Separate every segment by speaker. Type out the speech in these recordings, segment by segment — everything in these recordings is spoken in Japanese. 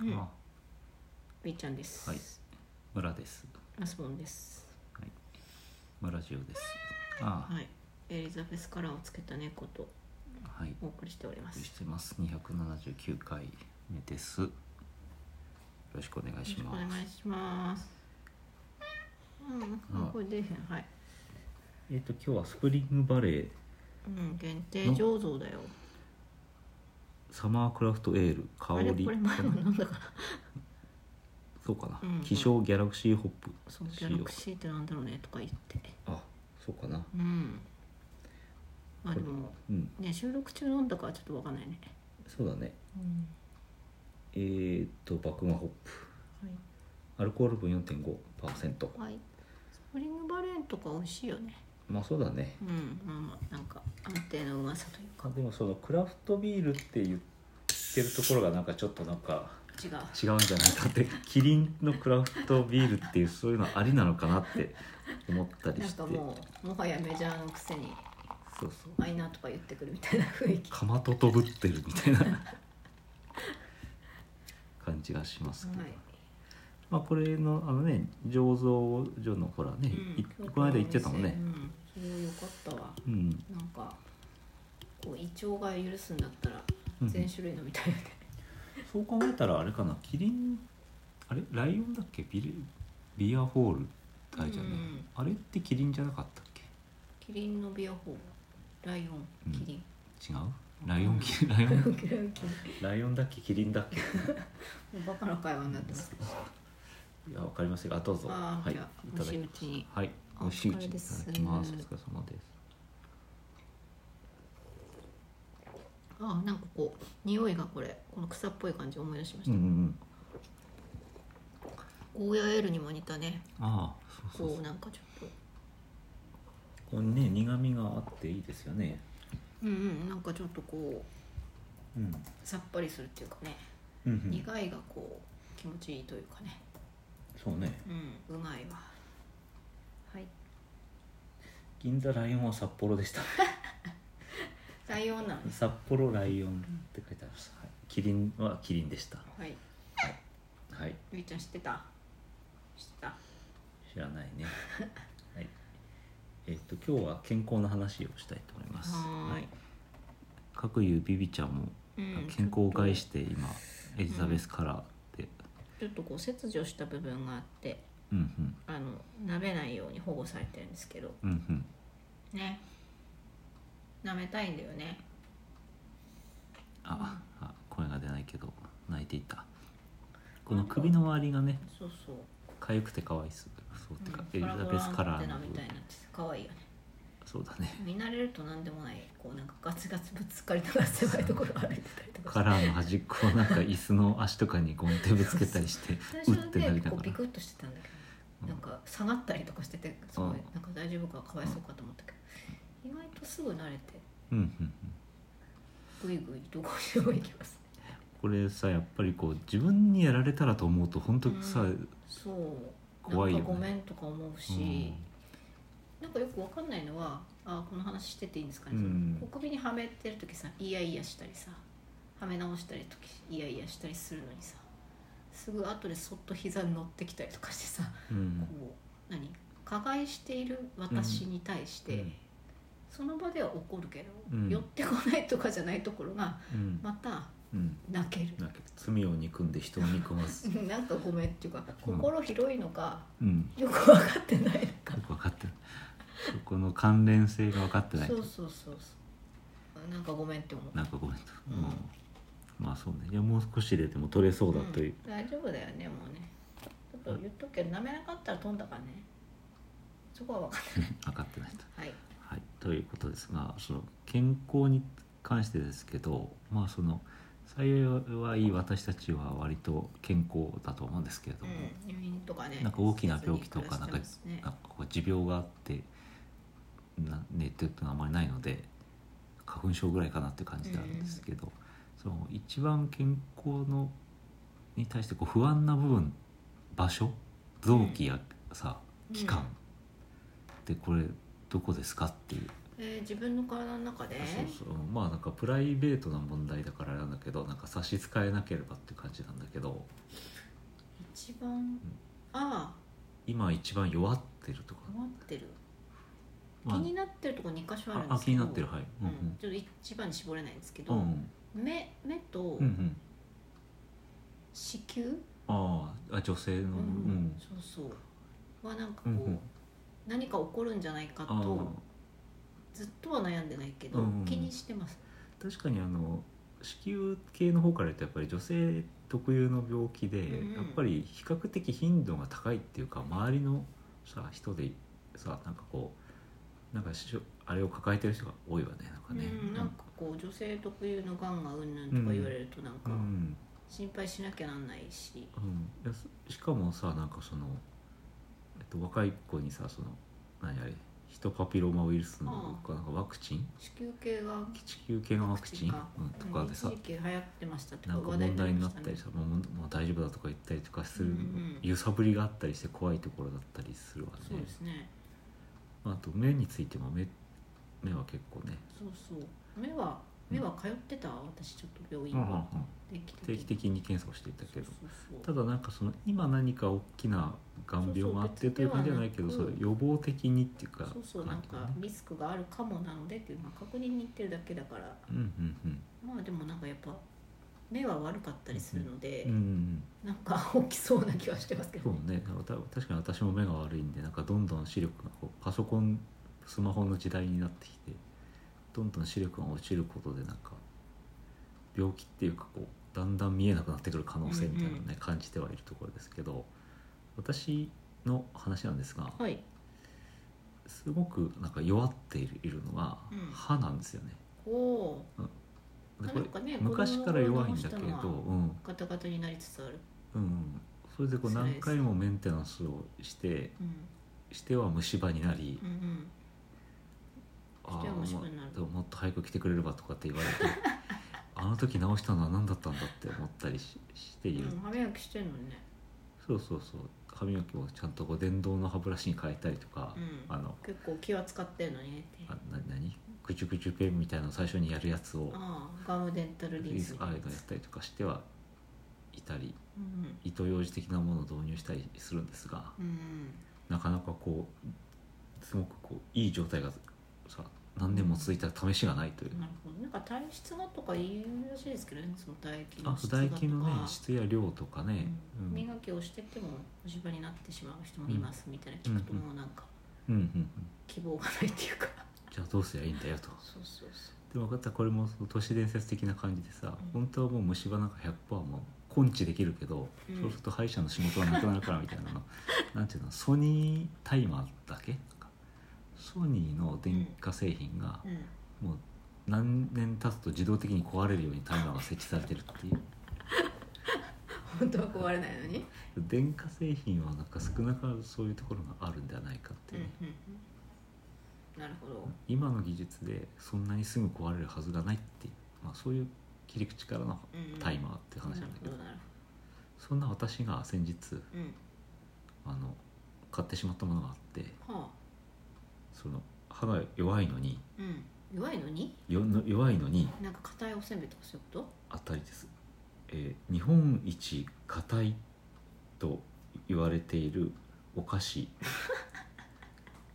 Speaker 1: うん
Speaker 2: あ
Speaker 1: みっちゃんです。
Speaker 2: はい村です
Speaker 1: マスボンです。
Speaker 2: 村ジオですあ
Speaker 1: はい。エリザベスカラーをつけた猫と
Speaker 2: はい
Speaker 1: お送りしておりま
Speaker 2: お送りし
Speaker 1: す。
Speaker 2: てます279回目ですよろしくお願い
Speaker 1: よろし
Speaker 2: し
Speaker 1: くお
Speaker 2: ます
Speaker 1: 願いします。うん、
Speaker 2: あ
Speaker 1: これ出へん、はい。
Speaker 2: えっ、と今日はスプリングバレー
Speaker 1: うん、限定醸造だよ。
Speaker 2: サマークラフトエール
Speaker 1: あ
Speaker 2: 香
Speaker 1: れ、
Speaker 2: り
Speaker 1: これ前も飲んだから。
Speaker 2: そうかな、
Speaker 1: うん
Speaker 2: 希少ギャラクシーホップ
Speaker 1: そう、ギ
Speaker 2: 使用
Speaker 1: ャラクシーってなんだろうねとか言って。
Speaker 2: あそうかな
Speaker 1: うん。まあ、でも、
Speaker 2: うん
Speaker 1: ね、収録中飲んだから、ちょっとわかんないね。
Speaker 2: そうだね
Speaker 1: うん。
Speaker 2: えっ、と爆魔ホップアルコール分4.5%
Speaker 1: はい。はい。スプリングバレーンとか美味しいよね。
Speaker 2: まあそうだね
Speaker 1: うん、まあまあ、なんか安定のうまさというか。
Speaker 2: あでもそのクラフトビールって言ってるところがなんかちょっとなんか
Speaker 1: 違う。
Speaker 2: 違うんじゃないかってキリンのクラフトビールっていうそういうのありなのかなって思ったり
Speaker 1: なん
Speaker 2: して
Speaker 1: かもうもはやメジャーのくせに
Speaker 2: そうそう
Speaker 1: マイナーとか言ってくるみたいな雰囲気
Speaker 2: かまととぶってるみたいな感じがしますけど、まあこれのあのね醸造所のほらね、いこの間言ってたもんね、
Speaker 1: うん、それはよかったわ
Speaker 2: うん
Speaker 1: なんかこう胃腸が許すんだったら
Speaker 2: うん
Speaker 1: 全種類飲みたいよね、
Speaker 2: そう考えたらあれかなキリンあれライオンだっけビレビアホールってあれじゃね、
Speaker 1: うん
Speaker 2: あれってキリンじゃなかったっけ
Speaker 1: キリンのビアホーライオンキリン、
Speaker 2: 違うライオンキライオン
Speaker 1: キリンキリ
Speaker 2: ライオンだっけキリンだっけ
Speaker 1: ンもうバカな会話になってます
Speaker 2: いやわかりましたがあどうぞ
Speaker 1: ああ、
Speaker 2: はいい
Speaker 1: じゃあ
Speaker 2: ただ
Speaker 1: 蒸し
Speaker 2: き
Speaker 1: 打ちに
Speaker 2: はい
Speaker 1: あ
Speaker 2: お仕打ち
Speaker 1: お
Speaker 2: い
Speaker 1: 疲れ
Speaker 2: た
Speaker 1: です
Speaker 2: だきますお疲れ様です
Speaker 1: ああなんかこう匂いがこれこの草っぽい感じ思い出しまし
Speaker 2: うん
Speaker 1: た
Speaker 2: う、んうん
Speaker 1: ゴーヤーエールにも似たね
Speaker 2: ああそうそう
Speaker 1: こ
Speaker 2: そうう
Speaker 1: なんかちょっ
Speaker 2: こ
Speaker 1: と
Speaker 2: れね苦味があっていいですよね
Speaker 1: うんうんなんかちょっとこう
Speaker 2: うん
Speaker 1: さっぱりするっていうかね、
Speaker 2: うんうん
Speaker 1: 苦いがこう気持ちいいというかね
Speaker 2: そうね
Speaker 1: うんうまいわはい
Speaker 2: 銀座ライオンは札幌 でした
Speaker 1: ライオンなんです
Speaker 2: 札幌ライオンって書いてありました、はい、キリンはキリンでした
Speaker 1: はい
Speaker 2: はい
Speaker 1: ゆいちゃん知ってた知ってた
Speaker 2: 知らない ねはいえっと今日は健康の話をしたいと思います
Speaker 1: はーい
Speaker 2: 各有ビビちゃんも
Speaker 1: うん
Speaker 2: 健康を害して今エリザベスカラーで
Speaker 1: ちょっとこう切除した部分があって
Speaker 2: うんうん
Speaker 1: あの舐めないように保護されてるんですけど
Speaker 2: うんうん
Speaker 1: ね舐めたいんだよね
Speaker 2: ああ声が出ないけど泣いていたこの首の周りがね
Speaker 1: そうそう、
Speaker 2: 痒くてかわいそうそうって
Speaker 1: う
Speaker 2: か
Speaker 1: ん、
Speaker 2: エリザベスカラ
Speaker 1: って
Speaker 2: ー
Speaker 1: な
Speaker 2: の
Speaker 1: みたいになってて可愛いよね
Speaker 2: そうだね
Speaker 1: 見慣れると何でもないこうなんかガツガツぶつかりながら狭いところを歩いてたりとかして
Speaker 2: カラーの端っこをなんか椅子の足とかにゴンってぶつけたりして
Speaker 1: 最
Speaker 2: うっ
Speaker 1: 初は
Speaker 2: てな
Speaker 1: ね
Speaker 2: りな
Speaker 1: こう
Speaker 2: が
Speaker 1: ビ
Speaker 2: ら
Speaker 1: クッとしてたんだけ
Speaker 2: う
Speaker 1: ど
Speaker 2: ん
Speaker 1: なんか下がったりとかしててすごい
Speaker 2: うん
Speaker 1: なんか大丈夫かかわいそうかと思ったけど意外とすぐ慣れて
Speaker 2: うんうんうん
Speaker 1: ぐいぐいどこにでも行きますね
Speaker 2: これさやっぱりこう自分にやられたらと思うと本当さ、
Speaker 1: うんそう
Speaker 2: 怖いよね
Speaker 1: なんかごめんとか思う
Speaker 2: う
Speaker 1: し
Speaker 2: ん
Speaker 1: なんかよくわかんないのはあこの話してていいんですかね
Speaker 2: うん
Speaker 1: こう首にはめてる時さイヤイヤしたりさはめ直したりときイヤイヤしたりするのにさすぐ後でそっと膝に乗ってきたりとかしてさ
Speaker 2: うん
Speaker 1: こう何加害している私に対して、
Speaker 2: うん
Speaker 1: その場では怒るけど、
Speaker 2: うん
Speaker 1: 寄ってこないとかじゃないところが
Speaker 2: うん
Speaker 1: また
Speaker 2: うん
Speaker 1: 泣ける
Speaker 2: なんか罪を憎んで人を憎ます
Speaker 1: なんかごめんっていうか心広いのか、
Speaker 2: うん
Speaker 1: よく分かってないのか
Speaker 2: よく分かってないそこの関連性が分かってない
Speaker 1: そうそうそうそうなんかごめんって思う
Speaker 2: なんかごめんと、
Speaker 1: うん
Speaker 2: もうまあそうねいやもう少しででも取れそうだという、
Speaker 1: ん大丈夫だよねもうねちょっと言っとくけど舐めなかったら飛んだからねそこは分かっ
Speaker 2: 分かってないと。
Speaker 1: たはい
Speaker 2: はい、ということですがその健康に関してですけどまあその幸い私たちは割と健康だと思うんですけれども、
Speaker 1: うん入院とかね
Speaker 2: なんか大きな病気とか
Speaker 1: せずに暮らしてますね
Speaker 2: なんかこう持病があってなネットっていうのはあまりないので花粉症ぐらいかなって感じであるんですけど、その一番健康のに対してこう不安な部分場所臓器やさ、
Speaker 1: うん
Speaker 2: 期間、でこれどこですかっていう
Speaker 1: えー自分の体の中で
Speaker 2: そうそうまあなんかプライベートな問題だからあれなんだけどなんか差し支えなければって感じなんだけど
Speaker 1: 一番あ
Speaker 2: 今一番弱ってるとか
Speaker 1: あ、困ってる、
Speaker 2: まあ
Speaker 1: 気になってるとこ2箇所あるん
Speaker 2: あ
Speaker 1: で
Speaker 2: あ
Speaker 1: す
Speaker 2: 気
Speaker 1: け
Speaker 2: に
Speaker 1: ど
Speaker 2: なってるはいうん
Speaker 1: うんちょっと一番に絞れないんですけど、
Speaker 2: うんうん
Speaker 1: 目目と
Speaker 2: うんうん
Speaker 1: 子宮、
Speaker 2: あああ女性のう
Speaker 1: うん
Speaker 2: ん
Speaker 1: そうそうはなんか
Speaker 2: う
Speaker 1: こう、
Speaker 2: んうん
Speaker 1: 何か起こるんじゃないか
Speaker 2: あ
Speaker 1: とずっとは悩んでないけど、
Speaker 2: うん
Speaker 1: 気にしてます
Speaker 2: あ確かにあの子宮系の方から言うとやっぱり女性特有の病気で、
Speaker 1: うんうん
Speaker 2: やっぱり比較的頻度が高いっていうか周りのさ人でさなんかこうなんかしょあれを抱えてる人が多いわねなんかね。
Speaker 1: うん、なんかこう女性特有のがんがうんぬんとか言われるとなん
Speaker 2: う
Speaker 1: か
Speaker 2: ん
Speaker 1: 心配しなきゃなんないし、
Speaker 2: うん、いやそしかもさなんかその、えっと、若い子にさその何あれヒトパピローマウイルスの
Speaker 1: あ
Speaker 2: かなんかワクチン
Speaker 1: 子宮系が
Speaker 2: 地球系のワクチン
Speaker 1: か
Speaker 2: うん、とかでさ
Speaker 1: 一時期流行ってましたと
Speaker 2: なんか
Speaker 1: 話題
Speaker 2: 問題になっ
Speaker 1: ました
Speaker 2: り
Speaker 1: ね
Speaker 2: さ、もうもうもう大丈夫だとか言ったりとかする、
Speaker 1: うんうん
Speaker 2: 揺さぶりがあったりして怖いところだったりするわね
Speaker 1: そうですね
Speaker 2: まああと目についても目目は結構ね、
Speaker 1: そうそう目は目は通ってた私ちょっと病院
Speaker 2: うんうんう
Speaker 1: は
Speaker 2: ん
Speaker 1: 定期的に
Speaker 2: 定期的に検査をしていたけど
Speaker 1: そうそう
Speaker 2: ただなんかその今何か大きながん病があって
Speaker 1: そうそう別
Speaker 2: という感じじゃない
Speaker 1: で
Speaker 2: け
Speaker 1: は
Speaker 2: ど
Speaker 1: な
Speaker 2: そ
Speaker 1: く
Speaker 2: う予防的にっていうか
Speaker 1: そうそうな
Speaker 2: 感
Speaker 1: ん
Speaker 2: じだね
Speaker 1: かリスクがあるかもなのでっていうのは確認に行ってるだけだから
Speaker 2: うんうんうん
Speaker 1: まあでもなんかやっぱ目は悪かったりするので、
Speaker 2: うんうん
Speaker 1: なんか起きそうな気はしてますけ
Speaker 2: そ
Speaker 1: ど、
Speaker 2: うねなんかた確かに私も目が悪いんでなんかどんどん視力がこうパソコンスマホの時代になってきてどんどん視力が落ちることでなんか病気っていうかこうだんだん見えなくなってくる可能性みたいなのをね、
Speaker 1: うん
Speaker 2: 感じてはいるところですけど私の話なんですが
Speaker 1: はい
Speaker 2: すごくなんか弱っているいるのが
Speaker 1: うん
Speaker 2: 歯なんですよね。
Speaker 1: おお
Speaker 2: で
Speaker 1: なんかね
Speaker 2: 昔から弱いんだけ
Speaker 1: 子供の
Speaker 2: ど、う
Speaker 1: 頃直
Speaker 2: ん、
Speaker 1: ガタガタになりつつある
Speaker 2: うんうん、それでこう何回もメンテナンスをして
Speaker 1: うん
Speaker 2: しては虫歯になり、
Speaker 1: うんうん
Speaker 2: あ
Speaker 1: しては虫歯になる
Speaker 2: あももっと早く来てくれればとかって言わ れてあの時直したのは何だったんだって思ったりししている、
Speaker 1: うん歯磨きしてんのにね
Speaker 2: そうそうそう歯磨きもちゃんとこう電動の歯ブラシに変えたりとか、
Speaker 1: うん
Speaker 2: あの
Speaker 1: 結構気は使ってんのにねって
Speaker 2: あな何ぐちゅぐちゅペンみたいなのを最初にやるやつを
Speaker 1: ああガムデンタルリンス
Speaker 2: ああいうのやったりとかしてはいたり
Speaker 1: うん
Speaker 2: 糸ようじ的なものを導入したりするんですが
Speaker 1: うんうん
Speaker 2: なかなかこうすごくこういい状態がさ何年も続いた試しがないという。
Speaker 1: なるほどなんか体質がとか言うらしいですけどねその唾液
Speaker 2: あ
Speaker 1: の質が
Speaker 2: 唾
Speaker 1: とか
Speaker 2: 液のね質や量とかね、
Speaker 1: うん
Speaker 2: うん
Speaker 1: 磨きをしてても虫歯になってしまう人もいますみたいな聞くと
Speaker 2: うん
Speaker 1: もうなんか
Speaker 2: うんうんうん、
Speaker 1: 希望がないっていうか
Speaker 2: じゃあどうすりゃいいんだよと
Speaker 1: そうそうそ
Speaker 2: でも分かったこれもその都市伝説的な感じでさ、
Speaker 1: うん
Speaker 2: 本当はもう虫歯なんか100%もう根治できるけど、
Speaker 1: うん
Speaker 2: そうすると歯医者の仕事はなくなるからみたい なのなんていうのソニータイマーだっけなんかソニーの電化製品が
Speaker 1: ううん
Speaker 2: もう何年経つと自動的に壊れるようにタイマーが設置されてるっていう
Speaker 1: 本当は壊れないのに
Speaker 2: 電化製品はなんか少なからずそういうところがあるんではないかって
Speaker 1: うん
Speaker 2: いううんね、
Speaker 1: うんなるほど
Speaker 2: 今の技術でそんなにすぐ壊れるはずがないっていう、まあ、そういう切り口からの
Speaker 1: うんうん
Speaker 2: タイマーって話な
Speaker 1: なる
Speaker 2: んだけ
Speaker 1: ほ
Speaker 2: ど、
Speaker 1: どなる
Speaker 2: そんな私が先日
Speaker 1: ほどうん
Speaker 2: あの買ってしまったものがあって
Speaker 1: はあ
Speaker 2: その歯が弱いのに
Speaker 1: うん弱いのに
Speaker 2: よの弱いのに
Speaker 1: なんか硬いおせんべいとかそういうこと
Speaker 2: 当たりです、えー日本一硬いと言われているお菓子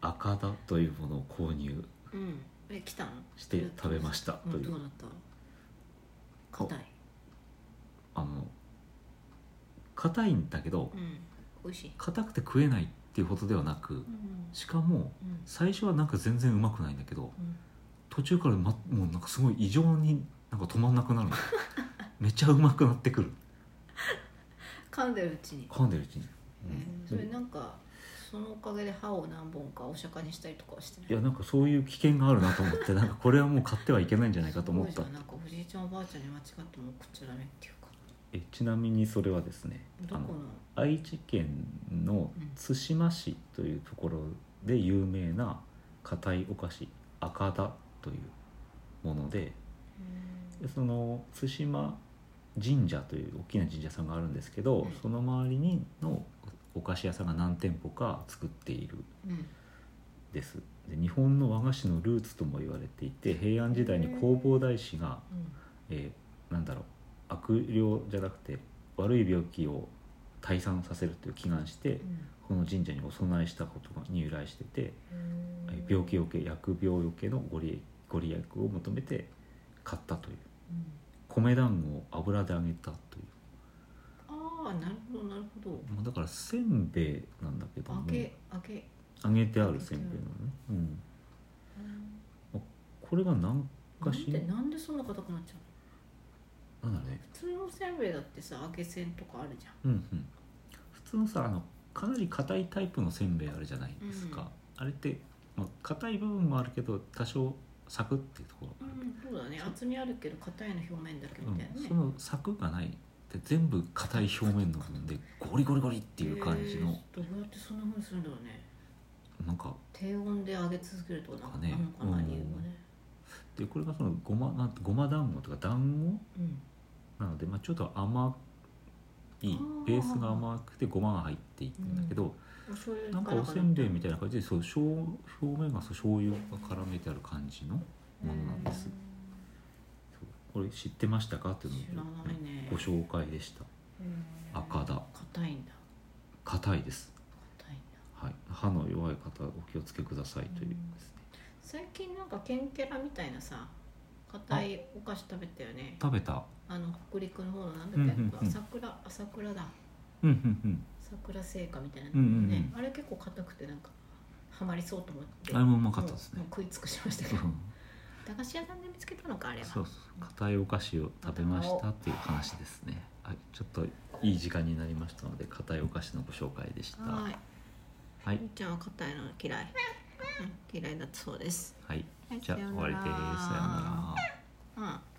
Speaker 2: 赤だというものを購入
Speaker 1: うんえ来たの
Speaker 2: して食べま
Speaker 1: し
Speaker 2: したとい
Speaker 1: ど
Speaker 2: う
Speaker 1: うだった硬い
Speaker 2: あの硬いんだけど、
Speaker 1: うん美味しい
Speaker 2: 硬くて食えないっていうことではなく
Speaker 1: うん
Speaker 2: しかも
Speaker 1: うん
Speaker 2: 最初はなんか全然うまくないんだけど
Speaker 1: うん
Speaker 2: 途中から、ま、もうなんかすごい異常になんか止まんなくなる のめっちゃうまくなってくる
Speaker 1: 噛んでるうちに
Speaker 2: 噛んでるうちに、
Speaker 1: えー
Speaker 2: う
Speaker 1: そ
Speaker 2: ん
Speaker 1: れなんかそのおかげで歯を何本かお釈迦にしたりとかはしてない
Speaker 2: いやなんかそういう危険があるなと思ってなんかこれはもう買ってはいけないんじゃないかと思っ
Speaker 1: すご
Speaker 2: た
Speaker 1: いじゃんなんかおじいちゃんおばあちゃんに間違っても食っちゃダメっていうか
Speaker 2: えちなみにそれはですね
Speaker 1: ど
Speaker 2: あ
Speaker 1: こ
Speaker 2: の
Speaker 1: の
Speaker 2: 愛知県の津島市というところで有名な硬いお菓子赤だというものででその対馬神社という大きな神社さんがあるんですけど、
Speaker 1: うん
Speaker 2: その周りにのお菓子屋さんが何店舗か作っている
Speaker 1: うん
Speaker 2: ですで日本の和菓子のルーツとも言われていて平安時代に弘法大師が、えーなんだろう悪霊じゃなくて悪い病気を退散させるという祈願して、この神社にお供えしたことに由来してて、えー病気よけ疫病よけのご利益ご利益を求めて買ったという米団子を油で揚げたという
Speaker 1: ああなるほどなるほど
Speaker 2: まあだからせんべいなんだけど
Speaker 1: 揚
Speaker 2: も
Speaker 1: げ揚げ
Speaker 2: 揚げてあるせんべいなのね、うん、
Speaker 1: うん
Speaker 2: これが何
Speaker 1: な
Speaker 2: か
Speaker 1: ん
Speaker 2: し
Speaker 1: でなんでそんな硬くなっちゃうの
Speaker 2: なんだろうね
Speaker 1: 普通のせんべいだってさ揚げせんとかあるじゃん
Speaker 2: うんうん普通のさあのかなり硬いタイプのせんべいあるじゃないですか、あれって、まあ、硬い部分もあるけど多少サクっていうところ
Speaker 1: う
Speaker 2: がある
Speaker 1: んそうだね厚みあるけど硬いの表面だけみたいな
Speaker 2: うん
Speaker 1: ね
Speaker 2: その柵がないで全部硬い表面の部分でゴリゴリゴリっていう感じの、
Speaker 1: えーどうやってそんなふうにするんだろうね
Speaker 2: なんか
Speaker 1: 低温で揚げ続けるとかなんかあるのか
Speaker 2: か
Speaker 1: な
Speaker 2: ね
Speaker 1: 理由はね
Speaker 2: でこれがそのごまなんごま団子とか団
Speaker 1: うん
Speaker 2: 子なので、まあ、ちょっと甘い
Speaker 1: あー
Speaker 2: ベースが甘くてごまが入っているんだけど、
Speaker 1: お醤油
Speaker 2: なんかおせんべいみたいな感じでそう醤表面がそう醤油が絡めてある感じのものなんですそうこれ知ってましたかっていう
Speaker 1: 知
Speaker 2: の
Speaker 1: ら
Speaker 2: を
Speaker 1: ないね
Speaker 2: ご紹介でした
Speaker 1: うん
Speaker 2: 赤だ
Speaker 1: 硬いんだ
Speaker 2: 硬いです、
Speaker 1: 硬いんだ
Speaker 2: はい、歯の弱い方お気をつけくださいというですね
Speaker 1: 最近なんかケンケラみたいなさ硬いお菓子食べたよね
Speaker 2: 食べた
Speaker 1: あの北陸の方のなんだっけ、
Speaker 2: うんうんうん
Speaker 1: 朝倉朝倉だ
Speaker 2: うん うん
Speaker 1: 桜製菓みたいなのね、
Speaker 2: うんうんうん
Speaker 1: あれ結構硬くてなんかはまりそうと思って
Speaker 2: あれもうまかったですね
Speaker 1: もうもう食い尽くしましたけ
Speaker 2: う
Speaker 1: ど
Speaker 2: ん
Speaker 1: 駄菓子屋さんで見つけたのかあれは
Speaker 2: そうそう硬いお菓子を食べましたっていう話ですねはいちょっといい時間になりましたので硬いお菓子のご紹介でした
Speaker 1: は
Speaker 2: は
Speaker 1: ーい
Speaker 2: い
Speaker 1: みーちゃんは硬いの嫌い、うん嫌いだったそうです
Speaker 2: はい
Speaker 1: はい
Speaker 2: じゃあ
Speaker 1: さよ
Speaker 2: 終
Speaker 1: うな
Speaker 2: わり
Speaker 1: ら
Speaker 2: ですさようなら
Speaker 1: うん